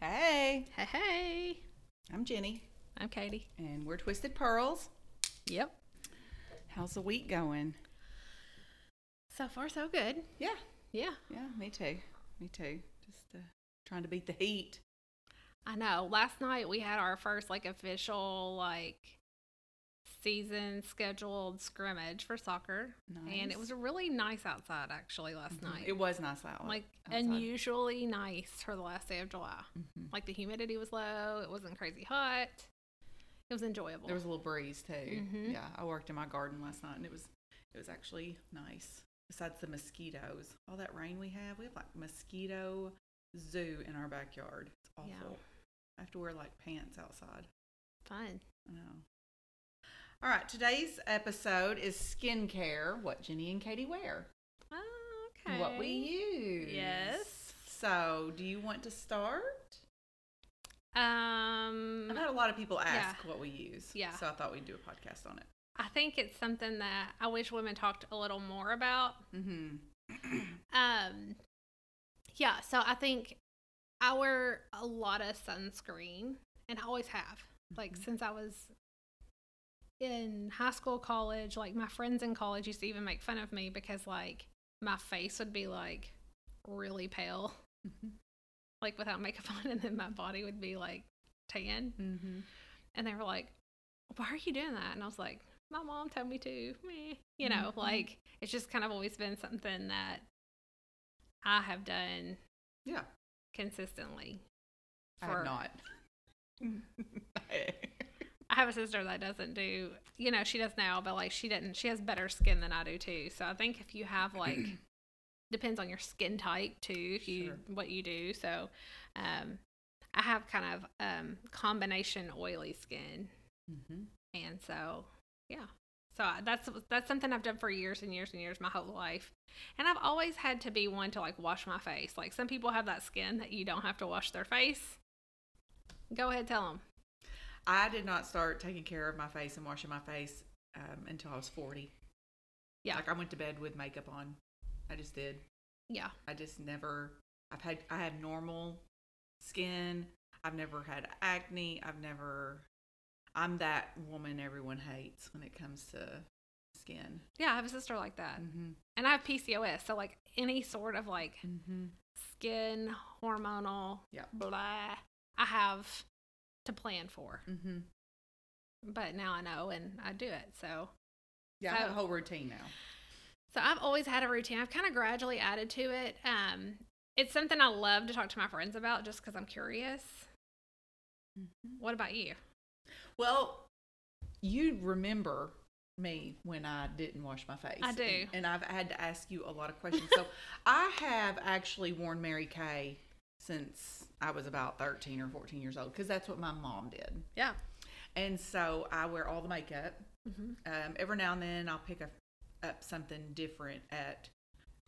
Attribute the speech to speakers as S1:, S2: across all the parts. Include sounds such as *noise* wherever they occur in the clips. S1: Hey,
S2: Hey, hey.
S1: I'm Jenny,
S2: I'm Katie.
S1: and we're Twisted Pearls.
S2: Yep.
S1: How's the week going?
S2: So far, so good.
S1: Yeah,
S2: Yeah.
S1: yeah, me too. Me too. Just uh, trying to beat the heat.
S2: I know. Last night we had our first like official like season scheduled scrimmage for soccer, and
S1: Nice.
S2: it was really nice Mm-hmm. outside actually last night.
S1: Mm-hmm. It was nice out.
S2: like
S1: outside.
S2: unusually nice for the last day of July.
S1: Mhm.
S2: Like the humidity was low. It wasn't crazy hot. It was enjoyable.
S1: There was a little breeze too.
S2: Mhm.
S1: Yeah, I worked in my garden last night, and it was it was actually nice. Besides the mosquitoes, all that rain we have, we have like mosquito zoo in our backyard. It's awful.
S2: Yeah.
S1: I have to wear like pants outside.
S2: fun.
S1: I know. All right, today's episode is skincare. What Jenny and Katie wear.
S2: Oh, okay.
S1: what we use.
S2: Yes. Mm-hmm.
S1: So, do you want to start? I've
S2: Um,
S1: had a lot of people ask
S2: Yeah.
S1: what we use.
S2: Yeah.
S1: So I thought we'd do a podcast on it.
S2: I think it's something that I wish women talked a little more about.
S1: Mm-hmm.
S2: Um, yeah. So I think I wear a lot of sunscreen, and I always have. Like
S1: Mm-hmm.
S2: since I was in high school, college, like my friends in college used to even make fun of me because like my face would be like really pale, Mm-hmm. like without makeup *laughs* on, and then my body would be like tan.
S1: Mm-hmm.
S2: And they were like, why are you doing that? And I was like, my mom told me to. Meh. You know,
S1: Mhm.
S2: like it's just kind of always been something that I have done
S1: Yeah.
S2: consistently.
S1: I have not.
S2: *laughs*
S1: Mm-hmm.
S2: I have a sister that doesn't do, you know, she does now, but like she didn't, she has better skin than I do too. So I think if you have
S1: *clears throat*
S2: like, depends on your skin type too, if you,
S1: Sure.
S2: what you do. So, um, I have kind of um, combination oily skin.
S1: mm-hmm.
S2: and so yeah so I- that's that's something i've done for years and years and years my whole life and i've always had to be one to like wash my face like some people have that skin that you don't have to wash their face go ahead tell them
S1: I did not start taking care of my face and washing my face um, until I was 40.
S2: Yeah.
S1: Like I went to bed with makeup on. I just did.
S2: yeah
S1: I just never. I've had. I have normal skin. I've never had acne. I've never. I'm that woman everyone hates when it comes to skin.
S2: yeah i have a sister like that
S1: Mm-hmm.
S2: and i have pcos so like any sort of like
S1: Mm-hmm.
S2: skin hormonal
S1: Yeah.
S2: blah i have to plan for
S1: Mm-hmm.
S2: but now i know and i do it so
S1: Yeah, I have
S2: So-
S1: a whole routine now.
S2: So I've always had a routine. I've kind of gradually added to it. Um, it's something I love to talk to my friends about just because I'm curious.
S1: Mm-hmm.
S2: What about you?
S1: Well, you remember me when I didn't wash my face.
S2: I do.
S1: And, and I've had to ask you a lot of questions. *laughs* so I have actually worn Mary Kay since I was about 13 or 14 years old because that's what my mom did.
S2: Yeah.
S1: And so I wear all the makeup.
S2: Mm-hmm.
S1: Um, every now and then I'll pick up, up something different at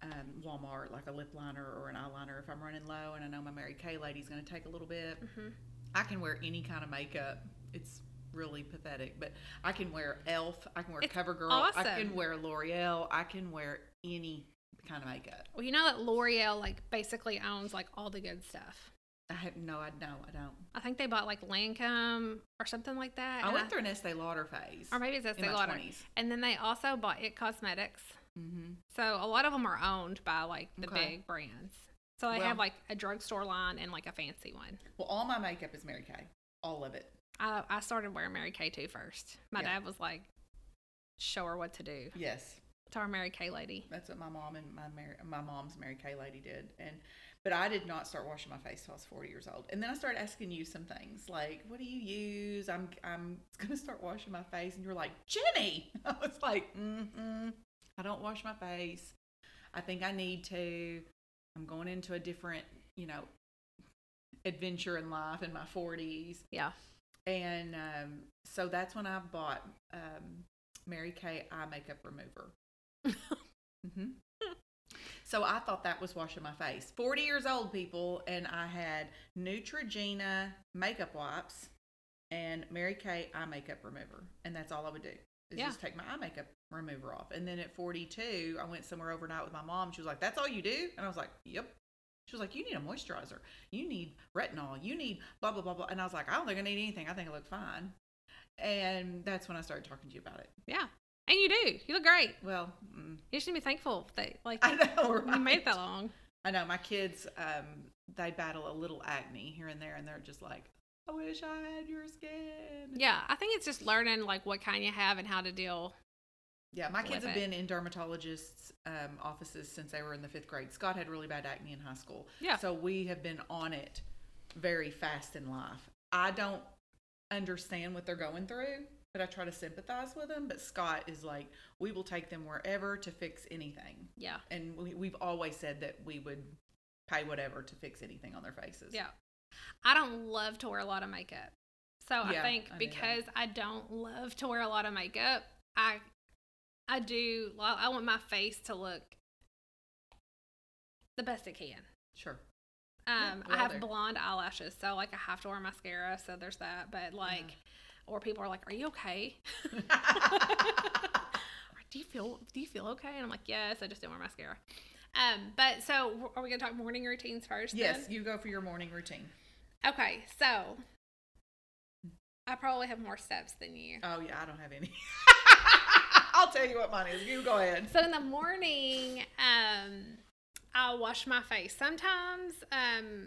S1: um, Walmart, like a lip liner or an eyeliner if I'm running low and I know my Mary Kay lady's going to take a little bit.
S2: Mm-hmm.
S1: I can wear any kind of makeup. It's really pathetic, but I can wear e.l.f., I can wear
S2: It's
S1: CoverGirl, I
S2: awesome.
S1: can wear L'Oreal, I can wear any kind of makeup.
S2: Well, you know that L'Oreal like basically owns like all the good stuff.
S1: I have no, I no, I don't.
S2: I think they bought like Lancome or something like that.
S1: I
S2: and
S1: went through an Estee Lauder phase.
S2: or maybe it's
S1: in
S2: Estee
S1: my
S2: Lauder.
S1: 20s.
S2: And then they also bought It Cosmetics.
S1: hmm
S2: So a lot of them are owned by like the
S1: Okay.
S2: big brands. So they
S1: Well-
S2: have like a drugstore line and like a fancy one.
S1: Well, all my makeup is Mary Kay, all of it.
S2: I, I started wearing Mary Kay too first. My
S1: Yeah.
S2: dad was like, show her what to do.
S1: Yes,
S2: It's our Mary Kay lady.
S1: That's what my mom and my Mary, my mom's Mary Kay lady did. And but I did not start washing my face till I was 40 years old. And then I started asking you some things like, "What do you use?" I'm I'm *laughs* gonna start washing my face, and you're like, "Jenny," *laughs* I was like, "Mm-mm, I don't wash my face. I think I need to. I'm going into a different, you know, adventure in life in my 40s.
S2: Yeah.
S1: And um, so that's when I bought um, Mary Kay eye makeup remover. hmm So I thought that was washing my face. 40 years old, people, and I had Neutrogena makeup wipes and Mary Kay eye makeup remover. And that's all I would do is
S2: Yeah.
S1: just take my eye makeup remover off. And then at 42, I went somewhere overnight with my mom. She was like, That's all you do? And I was like, Yep. She was like, You need a moisturizer. You need retinol. You need blah, blah, blah, blah. And I was like, I don't think I need anything. I think I look fine. And that's when I started talking to you about it.
S2: Yeah. And you do. You look great.
S1: Well, mm,
S2: You should be thankful that like
S1: I know.
S2: you made
S1: *laughs* right?
S2: that long.
S1: I know my kids, um, they battle a little acne here and there, and they're just like, I wish I had your skin.
S2: Yeah. I think it's just learning like what kind you have and how to deal.
S1: Yeah, my kids
S2: With
S1: have
S2: it.
S1: been in dermatologists' um, offices since they were in the fifth grade. Scott had really bad acne in high school.
S2: Yeah.
S1: So we have been on it very fast in life. I don't understand what they're going through, but I try to sympathize with them. But Scott is like, we will take them wherever to fix anything.
S2: Yeah.
S1: And we, we've always said that we would pay whatever to fix anything on their faces.
S2: Yeah. I don't love to wear a lot of makeup. So I
S1: Yeah,
S2: think
S1: I knew that.
S2: because I don't love to wear a lot of makeup, I I do well, I want my face to look the best it can. *laughs*
S1: Sure. Yeah,
S2: Um,
S1: we're
S2: I
S1: all
S2: have
S1: there.
S2: blonde eyelashes, so like I have to wear mascara, so there's that.
S1: Uh-huh.
S2: But like, or people are like, "Are you okay? Or do you feel do you feel okay?" And I'm like, "Yes, I just didn't wear mascara." Um, but so w- are we gonna talk morning routines first?
S1: yes,
S2: then?
S1: you go for your morning routine.
S2: Okay, so I probably have more steps than you.
S1: Oh yeah, I don't
S2: *laughs*
S1: have any. I'll tell you what mine is. You go ahead.
S2: So in the morning, um, I'll wash my face. Sometimes, um,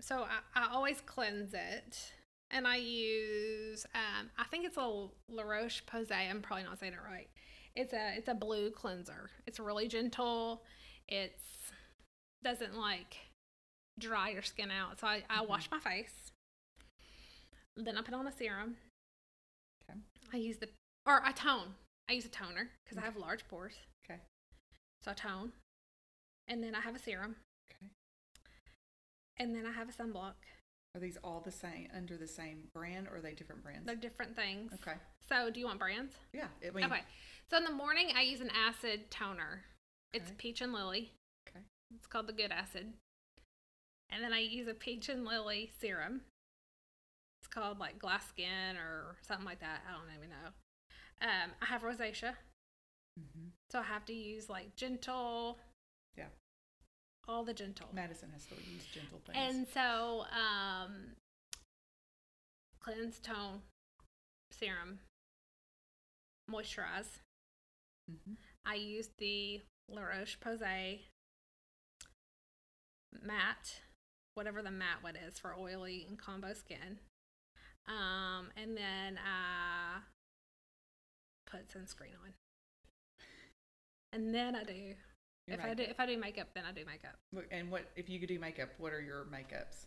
S2: so I, I always cleanse it, and I use um, I think it's a La Roche Posay. I'm probably not saying it right. It's a it's a blue cleanser. It's really gentle. It's doesn't like dry your skin out. So I, I
S1: Mhm.
S2: wash my face. Then I put on a serum.
S1: Okay.
S2: I use the or I tone. I use a toner because I
S1: Okay.
S2: have large pores.
S1: Okay.
S2: So I tone. And then I have a serum.
S1: Okay.
S2: And then I have a sunblock.
S1: Are these all the same under the same brand, or are they different brands?
S2: They're different things.
S1: okay.
S2: So do you want brands?
S1: Yeah. I mean,
S2: okay. So in the morning I use an acid toner. It's
S1: Okay.
S2: peach and lily.
S1: Okay.
S2: It's called the good acid. And then I use a peach and lily serum. It's called like glass skin or something like that. I don't even know. Um, I have rosacea.
S1: mhm.
S2: So I have to use like gentle.
S1: Yeah.
S2: All the gentle.
S1: Madison has to use gentle things.
S2: And so, um, cleanse, tone, serum, moisturize.
S1: Mhm.
S2: I use the La Roche Posay matte, whatever the matte one is for oily and combo skin. Um, and then I put sunscreen on. And then I do.
S1: Your
S2: if I do
S1: makeup.
S2: if I do makeup, then I do makeup.
S1: Look, And what if you could do makeup? What are your makeups?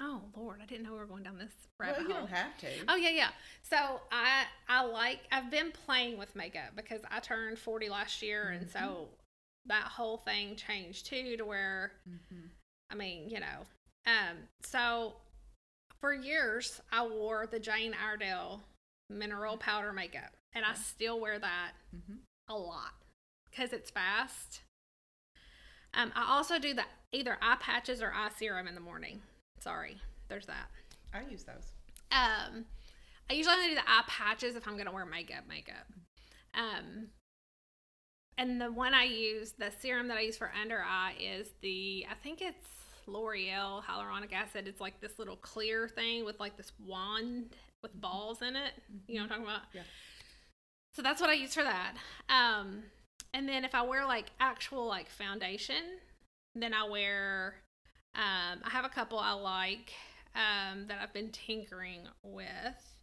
S2: Oh Lord, I didn't know we were going down this
S1: Well,
S2: rabbit
S1: you
S2: hole.
S1: don't have to.
S2: Oh yeah, yeah. So I I like I've been playing with makeup because I turned 40 last year and so that whole thing changed too to where
S1: Mhm.
S2: I mean, you know. Um so for years I wore the Jane Iredell mineral powder makeup and I
S1: Yeah.
S2: still wear that
S1: Mhm.
S2: a lot cuz it's fast. Um I also do the either eye patches or eye serum in the morning. Sorry. There's that.
S1: I use those.
S2: Um, I usually only do the eye patches if I'm gonna wear makeup. Makeup. Um, and the one I use, the serum that I use for under eye is the I think it's L'Oreal hyaluronic acid. It's like this little clear thing with like this wand with balls in it. You know what I'm talking about?
S1: Yeah.
S2: So that's what I use for that. Um, and then if I wear like actual like foundation, then I wear. Um, I have a couple I like um, that I've been tinkering with.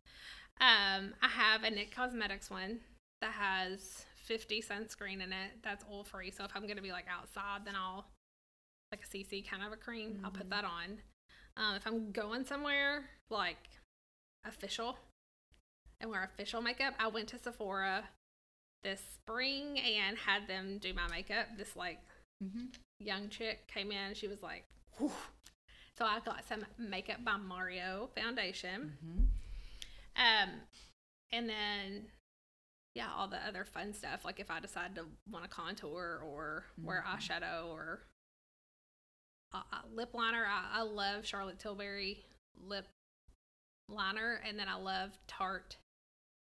S2: Um, I have a Nick Cosmetics one that has 50 sunscreen in it. That's oil free. So if I'm gonna be like outside, then I'll like a CC kind of a cream. I'll put
S1: Mhm.
S2: that on. Um, if I'm going somewhere like official and wear official makeup, I went to Sephora this spring and had them do my makeup. This like
S1: Mhm.
S2: young chick came in. She was like, Whew. So I got some Makeup by Mario foundation.
S1: Mm-hmm.
S2: Um, and then, yeah, all the other fun stuff. Like if I decide to want to contour or wear
S1: Mhm.
S2: eyeshadow or uh, uh, lip liner, I, I love Charlotte Tilbury lip liner. And then I love Tarte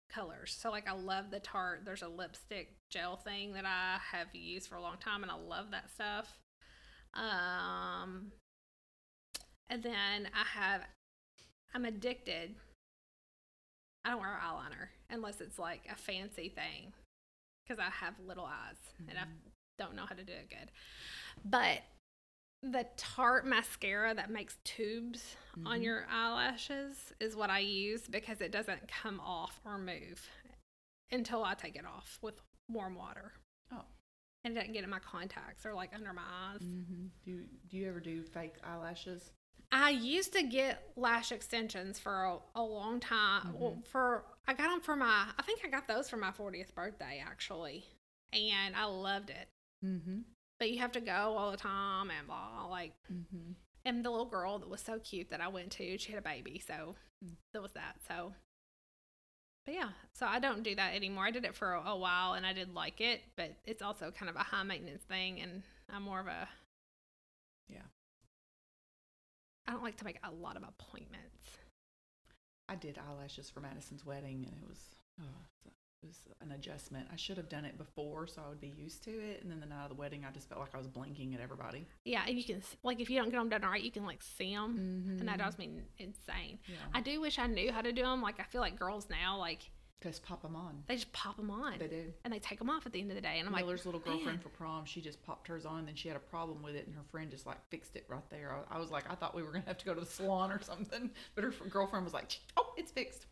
S2: colors. So, like, I love the Tarte. There's a lipstick gel thing that I have used for a long time, and I love that stuff. Um, and then I have, I'm addicted I don't wear eyeliner unless it's like a fancy thing because I have little eyes and I don't know how to do it good. But the Tarte mascara that makes tubes on
S1: Mhm.
S2: your eyelashes is what I use because it doesn't come off or move until I take it off with warm water.
S1: Oh.
S2: And it doesn't get in my contacts or like under my eyes.
S1: Mm-hmm. Do you, do you ever do fake eyelashes?
S2: I used to get lash extensions for a, a long time. Well, for I got them for my, I think I got those for my 40th birthday actually, and I loved it.
S1: Mm-hmm.
S2: But you have to go all the time and blah. Like,
S1: Mm-hmm.
S2: and the little girl that was so cute that I went to, she had a baby, so there was that. So, but yeah, so I don't do that anymore. I did it for a, a while and I did like it, but it's also kind of a high maintenance thing, and I'm more of a
S1: Yeah.
S2: I don't like to make a lot of appointments.
S1: I did eyelashes for Madison's wedding, and it was oh, it was an adjustment. I should have done it before, so I would be used to it. And then the night of the wedding, I just felt like I was blinking at everybody.
S2: Yeah, and you can s- like if you don't get them done right, you can like see them,
S1: Mm-hmm.
S2: and that drives me n- insane.
S1: yeah,
S2: I do wish I knew how to do them. Like I feel like girls now, like
S1: just pop them on.
S2: they just pop them on
S1: They do.
S2: and they take them off at the end of the day, and I'm like,
S1: Miller's little girlfriend
S2: "Man."
S1: for prom, she just popped hers on, and then she had a problem with it, and her friend just like fixed it right there. I, I was like, I thought we were gonna have to go to the salon or something, *laughs* but her f- girlfriend was like, Oh, it's fixed.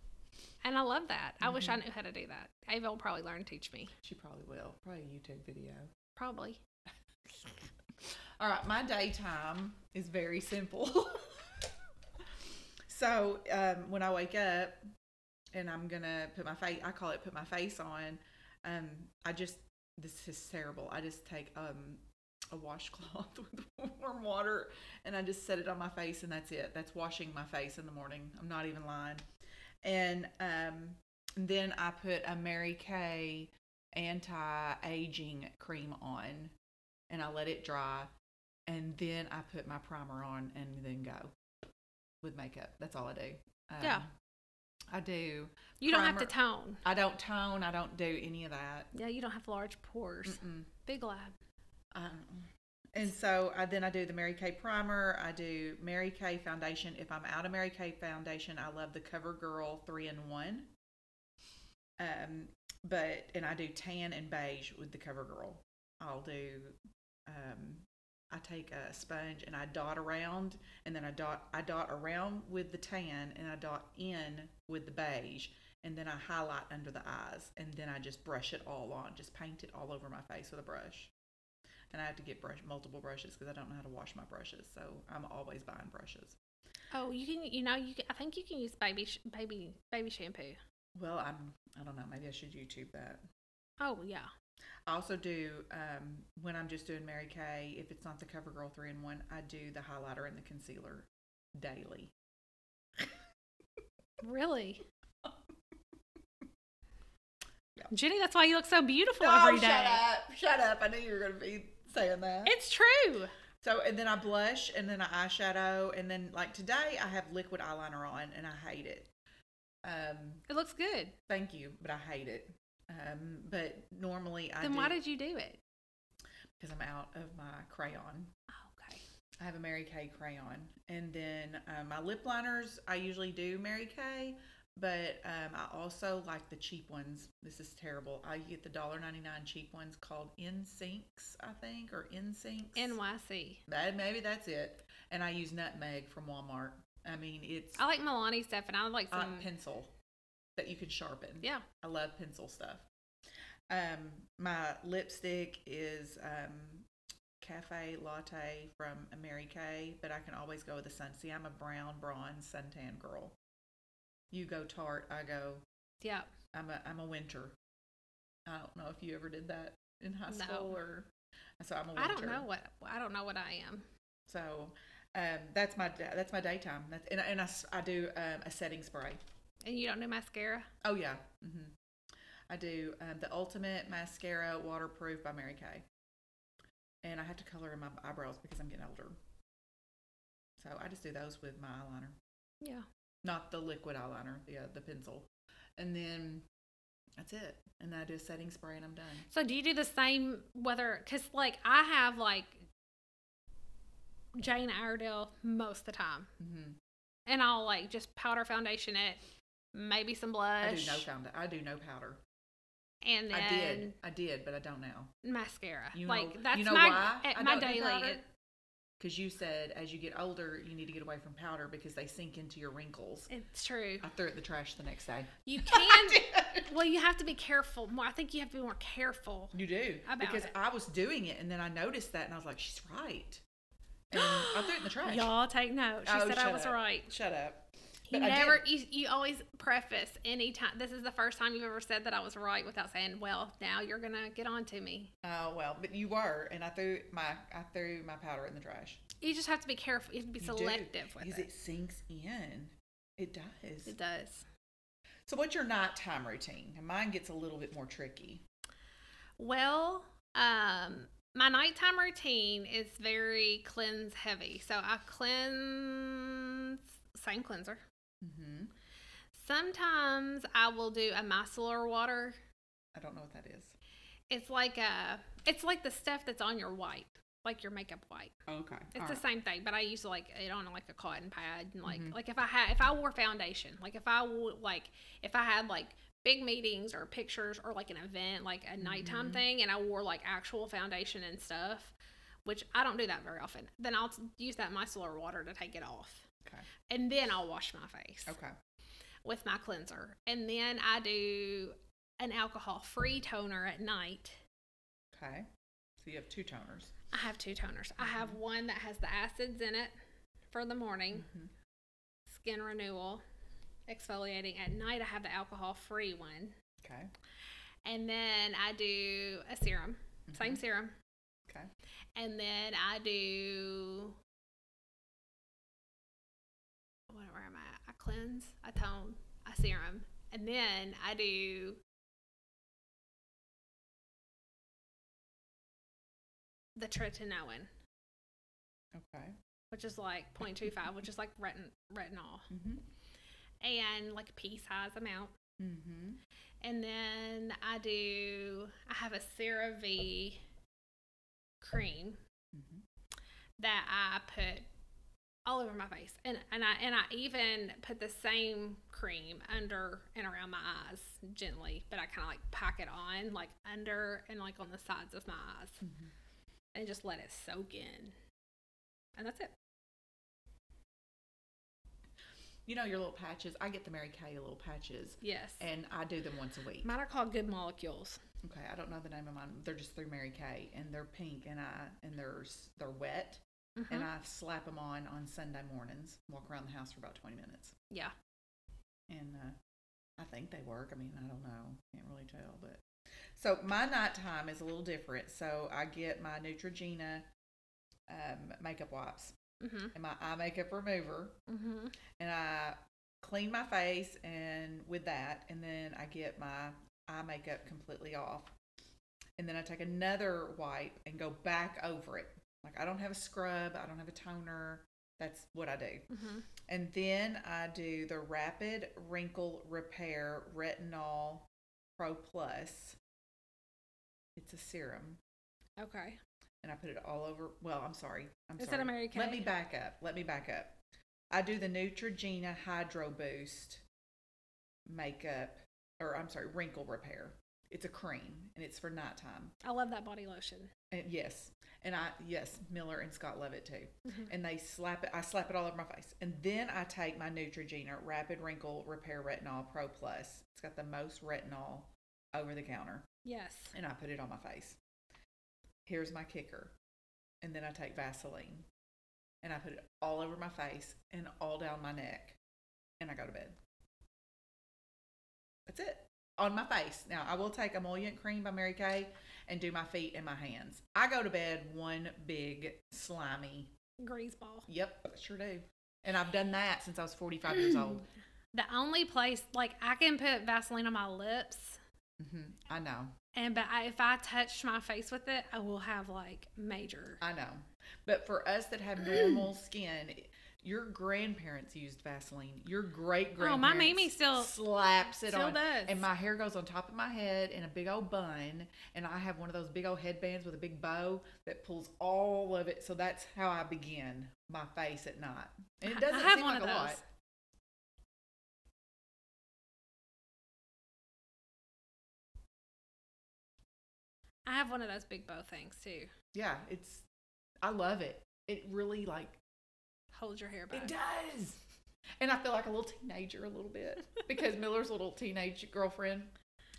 S2: and I love that. I wish I knew how to do that. Ava will probably learn to teach me,
S1: She probably will. Probably a YouTube video.
S2: probably.
S1: All right, my daytime is very simple. *laughs* so um, when I wake up and I'm gonna put my face, I call it put my face on. Um, I just this is terrible. I just take um, a washcloth *laughs* with warm water and I just set it on my face and that's it. That's washing my face in the morning. I'm not even lying. And um, then I put a Mary Kay anti-aging cream on and I let it dry, and then I put my primer on and then go with makeup. That's all I do. Um,
S2: Yeah.
S1: I do.
S2: You don't have to
S1: Primer-
S2: tone.
S1: I don't tone. I don't do any of that.
S2: Yeah, you don't have large pores.
S1: Mm-mm.
S2: Big lab.
S1: Um, and so I, then I do the Mary Kay primer. I do Mary Kay foundation. If I'm out of Mary Kay foundation, I love the CoverGirl three in one. Um, but and I do tan and beige with the CoverGirl. I'll do. Um, I take a sponge and I dot around, and then I dot I dot around with the tan, and I dot in with the beige, and then I highlight under the eyes, and then I just brush it all on, just paint it all over my face with a brush and I have to get brush multiple brushes because I don't know how to wash my brushes. So I'm always buying brushes.
S2: Oh, you can. You know, you. Can, I think you can use baby sh- baby baby shampoo.
S1: Well, I'm I don't know. Maybe I should YouTube that.
S2: Oh yeah.
S1: I also do um, when I'm just doing Mary Kay. If it's not the CoverGirl three in one, I do the highlighter and the concealer daily.
S2: Really? *laughs* Jenny, that's why you look so beautiful
S1: No,
S2: every day.
S1: Oh, shut up! Shut up! I knew you were gonna be saying that.
S2: It's true.
S1: So and then I blush and then I eyeshadow and then like today I have liquid eyeliner on and I hate it. Um,
S2: It looks good.
S1: thank you, but I hate it. Um, but normally I
S2: then
S1: do,
S2: why did you do it?
S1: because I'm out of my crayon.
S2: Oh, okay.
S1: I have a Mary Kay crayon, and then um, my lip liners I usually do Mary Kay, but um, I also like the cheap ones. This is terrible. I get the $1.99 cheap ones called InSyncs, I think, or InSyncs.
S2: NYC.
S1: that maybe that's it. And I use nutmeg from Walmart. I mean, it's
S2: I like Milani stuff, and I like
S1: a
S2: some.
S1: pencil that you can sharpen.
S2: yeah.
S1: I love pencil stuff. Um, my lipstick is um, cafe latte from Mary Kay, but I can always go with a sun. See, I'm a brown bronze suntan girl. You go tart, I go.
S2: Yeah.
S1: I'm a I'm a winter. I don't know if you ever did that in high
S2: No.
S1: school or so. I'm a winter.
S2: I don't know what I don't know what I am.
S1: So, Um, that's my da- that's my daytime. That's, and I- and I, s- I do um, a setting spray.
S2: And you don't do mascara?
S1: Oh yeah, hmm I do um, the ultimate mascara waterproof by Mary Kay. And I have to color in my eyebrows because I'm getting older. So I just do those with my eyeliner.
S2: Yeah.
S1: not the liquid eyeliner, the uh, the pencil, and then that's it. And then I do a setting spray, and I'm done.
S2: So do you do the same whether cuz like I have like Jane Iredale most of the time.
S1: hmm
S2: And I'll like just powder foundation it, maybe some
S1: I do
S2: blush
S1: no founder. I do no powder.
S2: and then
S1: I did, I did, but I don't now.
S2: mascara.
S1: You know,
S2: like that's
S1: you know
S2: my
S1: why
S2: at
S1: I
S2: my
S1: don't do powder?
S2: daily. it-
S1: Because you said as you get older, you need to get away from powder because they sink into your wrinkles.
S2: it's true.
S1: I threw it in the trash the next day. *laughs*
S2: You can well you have to be careful more. I think you have to be more careful.
S1: You do
S2: About
S1: because
S2: it.
S1: I was doing it, and then I noticed that, and I was like, "She's right." And I threw it in the trash.
S2: Y'all take note. She
S1: Oh,
S2: said I
S1: shut
S2: was
S1: up.
S2: right.
S1: Shut up.
S2: You
S1: But I
S2: never,
S1: did.
S2: you, you always preface any time. This is the first time you've ever said that I was right without saying, well, now you're going to get on to me.
S1: Oh well, but you were, and I threw my I threw my powder in the trash.
S2: You just have to be careful. You have to be
S1: You do,
S2: selective with
S1: because
S2: it.
S1: it sinks in. It does.
S2: It does.
S1: So, what's your nighttime routine? And mine gets a little bit more tricky.
S2: Well, um, my nighttime routine is very cleanse heavy. So I cleanse, same cleanser.
S1: Mm-hmm.
S2: Sometimes I will do a micellar water.
S1: I don't know what that is.
S2: It's like a, it's like the stuff that's on your wipe, like your makeup wipe.
S1: Okay.
S2: It's the same thing, but I use like it on like a cotton pad and like like if I had if I wore foundation, like if I would like if I had like big meetings or pictures or like an event, like a nighttime thing, and I wore like actual foundation and stuff, which I don't do that very often. Then I'll t- use that micellar water to take it off,
S1: Okay.
S2: and then I'll wash my face
S1: Okay.
S2: with my cleanser, and then I do an alcohol free toner at night.
S1: Okay. So you have two toners.
S2: I have two toners. I have one that has the acids in it for the morning, skin renewal, exfoliating. At night, I have the alcohol free one.
S1: Okay.
S2: And then I do a serum, same serum.
S1: Okay.
S2: And then I do. Whatever am I? I cleanse, I tone, I serum. And then I do. The tretinoin
S1: Okay.
S2: which is like 0.25, which is like retin- retinol,
S1: Mm-hmm.
S2: and like a pea size amount.
S1: Mm-hmm.
S2: And then I do, I have a CeraVe cream
S1: Mm-hmm.
S2: that I put all over my face, and and I and I even put the same cream under and around my eyes gently, but I kind of like pack it on like under and like on the sides of my eyes,
S1: Mhm.
S2: and just let it soak in, and that's it.
S1: You know your little patches. I get the Mary Kay little patches,
S2: Yes,
S1: and I do them once a week.
S2: mine are called good molecules.
S1: Okay, I don't know the name of mine. They're just through Mary Kay, and they're pink, and I and they're s- they're wet,
S2: Uh-huh. Mm-hmm.
S1: and I slap them on on Sunday mornings. Walk around the house for about twenty minutes,
S2: Yeah.
S1: and uh, I think they work. I mean, I don't know, can't really tell, but so my nighttime is a little different. So I get my Neutrogena um, makeup wipes
S2: Mm-hmm.
S1: and my eye makeup remover,
S2: Mm-hmm.
S1: and I clean my face and with that and then I get my eye makeup completely off. And then I take another wipe and go back over it. Like I don't have a scrub, I don't have a toner. That's what I do.
S2: Mm-hmm.
S1: And then I do the Rapid Wrinkle Repair Retinol Pro Plus. It's a serum.
S2: Okay.
S1: And I put it all over. Well, I'm sorry. I'm
S2: Is it
S1: sorry.
S2: a Mary
S1: Let
S2: Kay?
S1: me back up. Let me back up. I do the Neutrogena Hydro Boost makeup, or I'm sorry, wrinkle repair. It's a cream and it's for nighttime.
S2: I love that body lotion.
S1: And yes, and I yes Miller and Scott love it too.
S2: Mhm.
S1: And they slap it. I slap it all over my face, and then I take my Neutrogena Rapid Wrinkle Repair Retinol Pro Plus. It's got the most retinol over the counter,
S2: Yes.
S1: and I put it on my face. Here's my kicker. And then I take Vaseline and I put it all over my face and all down my neck and I go to bed. That's it. On my face. Now I will take emollient cream by Mary Kay and do my feet and my hands. I go to bed one big slimy
S2: grease ball.
S1: Yep, I sure do. And I've done that since I was 45 years old.
S2: The only place like I can put Vaseline on my lips,
S1: hmm I know.
S2: and but I, if I touch my face with it, I will have like major.
S1: I know. But for us that have
S2: *clears throat*
S1: normal skin, your grandparents used Vaseline. Your great grandparents.
S2: Oh, my Mamie still-
S1: slaps it
S2: still
S1: on.
S2: does.
S1: And my hair goes on top of my head in a big old bun, and I have one of those big old headbands with a big bow that pulls all of it. So that's how I begin my face at night. And it
S2: I-
S1: doesn't
S2: I have
S1: seem
S2: one
S1: like
S2: of
S1: a lot.
S2: those. I have one of those big bow things too.
S1: Yeah, it's. I love it. It really like
S2: Hold your hair back.
S1: It does. And I feel like a little teenager a little bit *laughs* because Miller's little teenage girlfriend.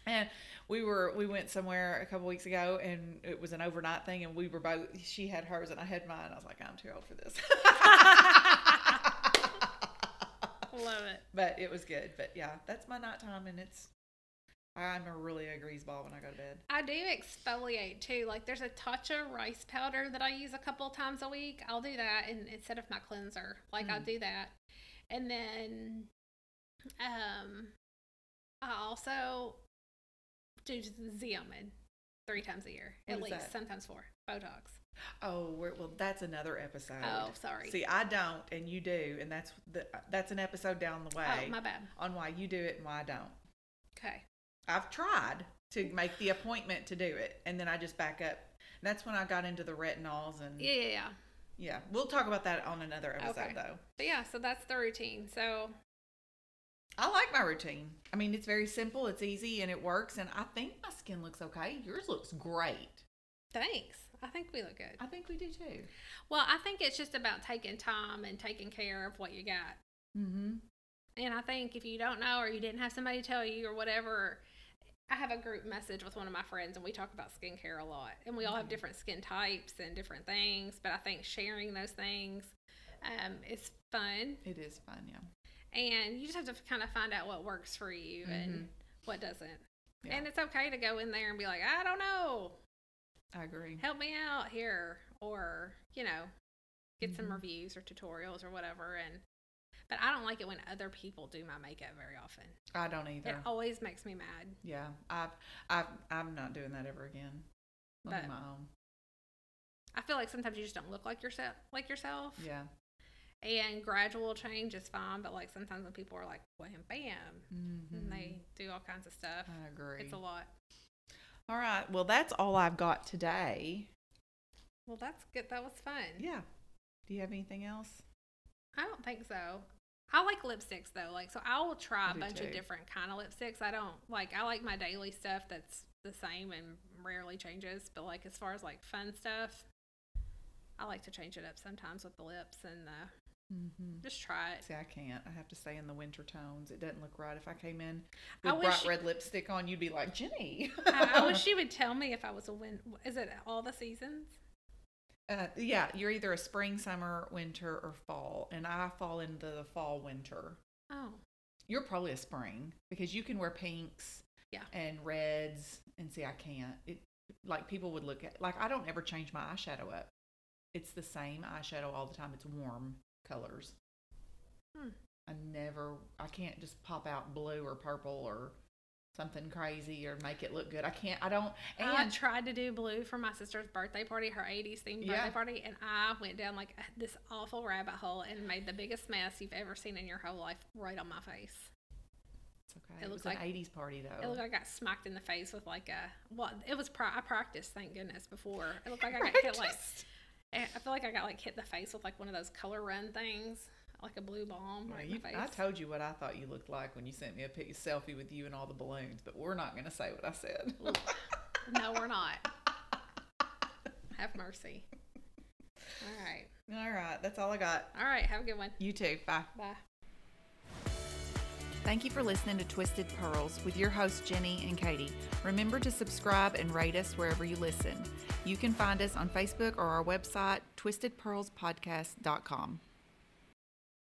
S1: And we were we went somewhere a couple weeks ago and it was an overnight thing and we were both she had hers and I had mine. I was like, I'm too old for this. *laughs*
S2: Love it.
S1: but it was good. But yeah, that's my nighttime and it's I'm a really a grease ball when I go to bed.
S2: I do exfoliate too. Like there's a Tatcha rice powder that I use a couple times a week. I'll do that and instead of my cleanser. Like I'll
S1: Mhm.
S2: do that. And then um I also do Xeomin three times a year.
S1: What
S2: at
S1: is
S2: least
S1: that?
S2: sometimes four. Botox.
S1: Oh, we're, well, that's another episode.
S2: Oh, sorry.
S1: See, I don't, and you do, and that's the, that's an episode down the way
S2: Oh, my bad.
S1: on why you do it and why I don't.
S2: Okay.
S1: I've tried to make the appointment to do it, and then I just back up. That's when I got into the retinols, and
S2: Yeah, yeah, yeah.
S1: yeah, we'll talk about that on another episode.
S2: Okay.
S1: Though
S2: But yeah, so that's the routine. So
S1: I like my routine. I mean, it's very simple, it's easy, and it works. And I think my skin looks okay. Yours looks great.
S2: thanks. I think we look good.
S1: I think we do too.
S2: Well, I think it's just about taking time and taking care of what you got.
S1: Mm-hmm.
S2: And I think if you don't know or you didn't have somebody tell you or whatever, I have a group message with one of my friends and we talk about skincare a lot. And we all have different skin types and different things, but I think sharing those things um, is fun.
S1: It is fun. Yeah.
S2: And you just have to kind of find out what works for you and what doesn't.
S1: Yeah.
S2: And it's okay to go in there and be like, I don't know,
S1: I agree.
S2: help me out here. Or, you know, get some reviews or tutorials or whatever. And, but I don't like it when other people do my makeup very often.
S1: I don't either.
S2: It always makes me mad.
S1: yeah. I. I. I'm not doing that ever again. I'll do
S2: But-
S1: my own.
S2: I feel like sometimes you just don't look like yourself, like yourself.
S1: Yeah.
S2: And gradual change is fine, but like sometimes when people are like wham bam
S1: Mm-hmm.
S2: and they do all kinds of stuff,
S1: I agree.
S2: it's a lot.
S1: All right. Well, that's all I've got today.
S2: Well, that's good. That was fun.
S1: Yeah. Do you have anything else?
S2: I don't think so. I like lipsticks though. Like so, I will try
S1: I
S2: a
S1: do
S2: bunch
S1: too.
S2: of different kind of lipsticks. I don't like. I like my daily stuff that's the same and rarely changes. But like as far as like fun stuff, I like to change it up sometimes with the lips and the,
S1: Mm-hmm.
S2: just try it.
S1: See, I can't. I have to stay in the winter tones. It doesn't look right. If I came in
S2: I
S1: with bright
S2: wish-
S1: red lipstick on, you'd be like, Jenny.
S2: I, I
S1: *laughs*
S2: wish you would tell me if I was a win. Is it all the seasons?
S1: uh, yeah, you're either a spring, summer, winter, or fall. And I fall into the fall, winter.
S2: Oh,
S1: You're probably a spring because you can wear pinks
S2: Yeah.
S1: and reds. And see, I can't. It Like, people would look at, like, I don't ever change my eyeshadow up. It's the same eyeshadow all the time. It's warm colors.
S2: Hmm.
S1: I never, I can't just pop out blue or purple or something crazy or make it look good. I can't, I don't.
S2: I
S1: And
S2: tried to do blue for my sister's birthday party, her 80s themed
S1: Yeah.
S2: birthday party, and I went down like uh, this awful rabbit hole and made the biggest mess you've ever seen in your whole life right on my face.
S1: it's okay.
S2: it
S1: It,
S2: looks
S1: was like
S2: like-
S1: an 80s party
S2: It
S1: though.
S2: looked like I got smacked in the face with like a well, it was pri- I practiced, thank goodness, before. It looked like I got hit like eh,
S1: Practiced.
S2: I I feel like I got like hit in the face with like one of those color run things, like a blue balm
S1: Well,
S2: right
S1: you-
S2: in the face.
S1: I told you what I thought you looked like when you sent me a pic- selfie with you and all the balloons, but we're not going to say what I said.
S2: no, we're not. Have mercy. All right.
S1: all right. That's all I got.
S2: All right. Have a good one.
S1: You too. Bye.
S2: Bye.
S1: Thank you for listening to Twisted Pearls with your hosts, Jenny and Katie. Remember to subscribe and rate us wherever you listen. You can find us on Facebook or our website, twistedpearlspodcast.com.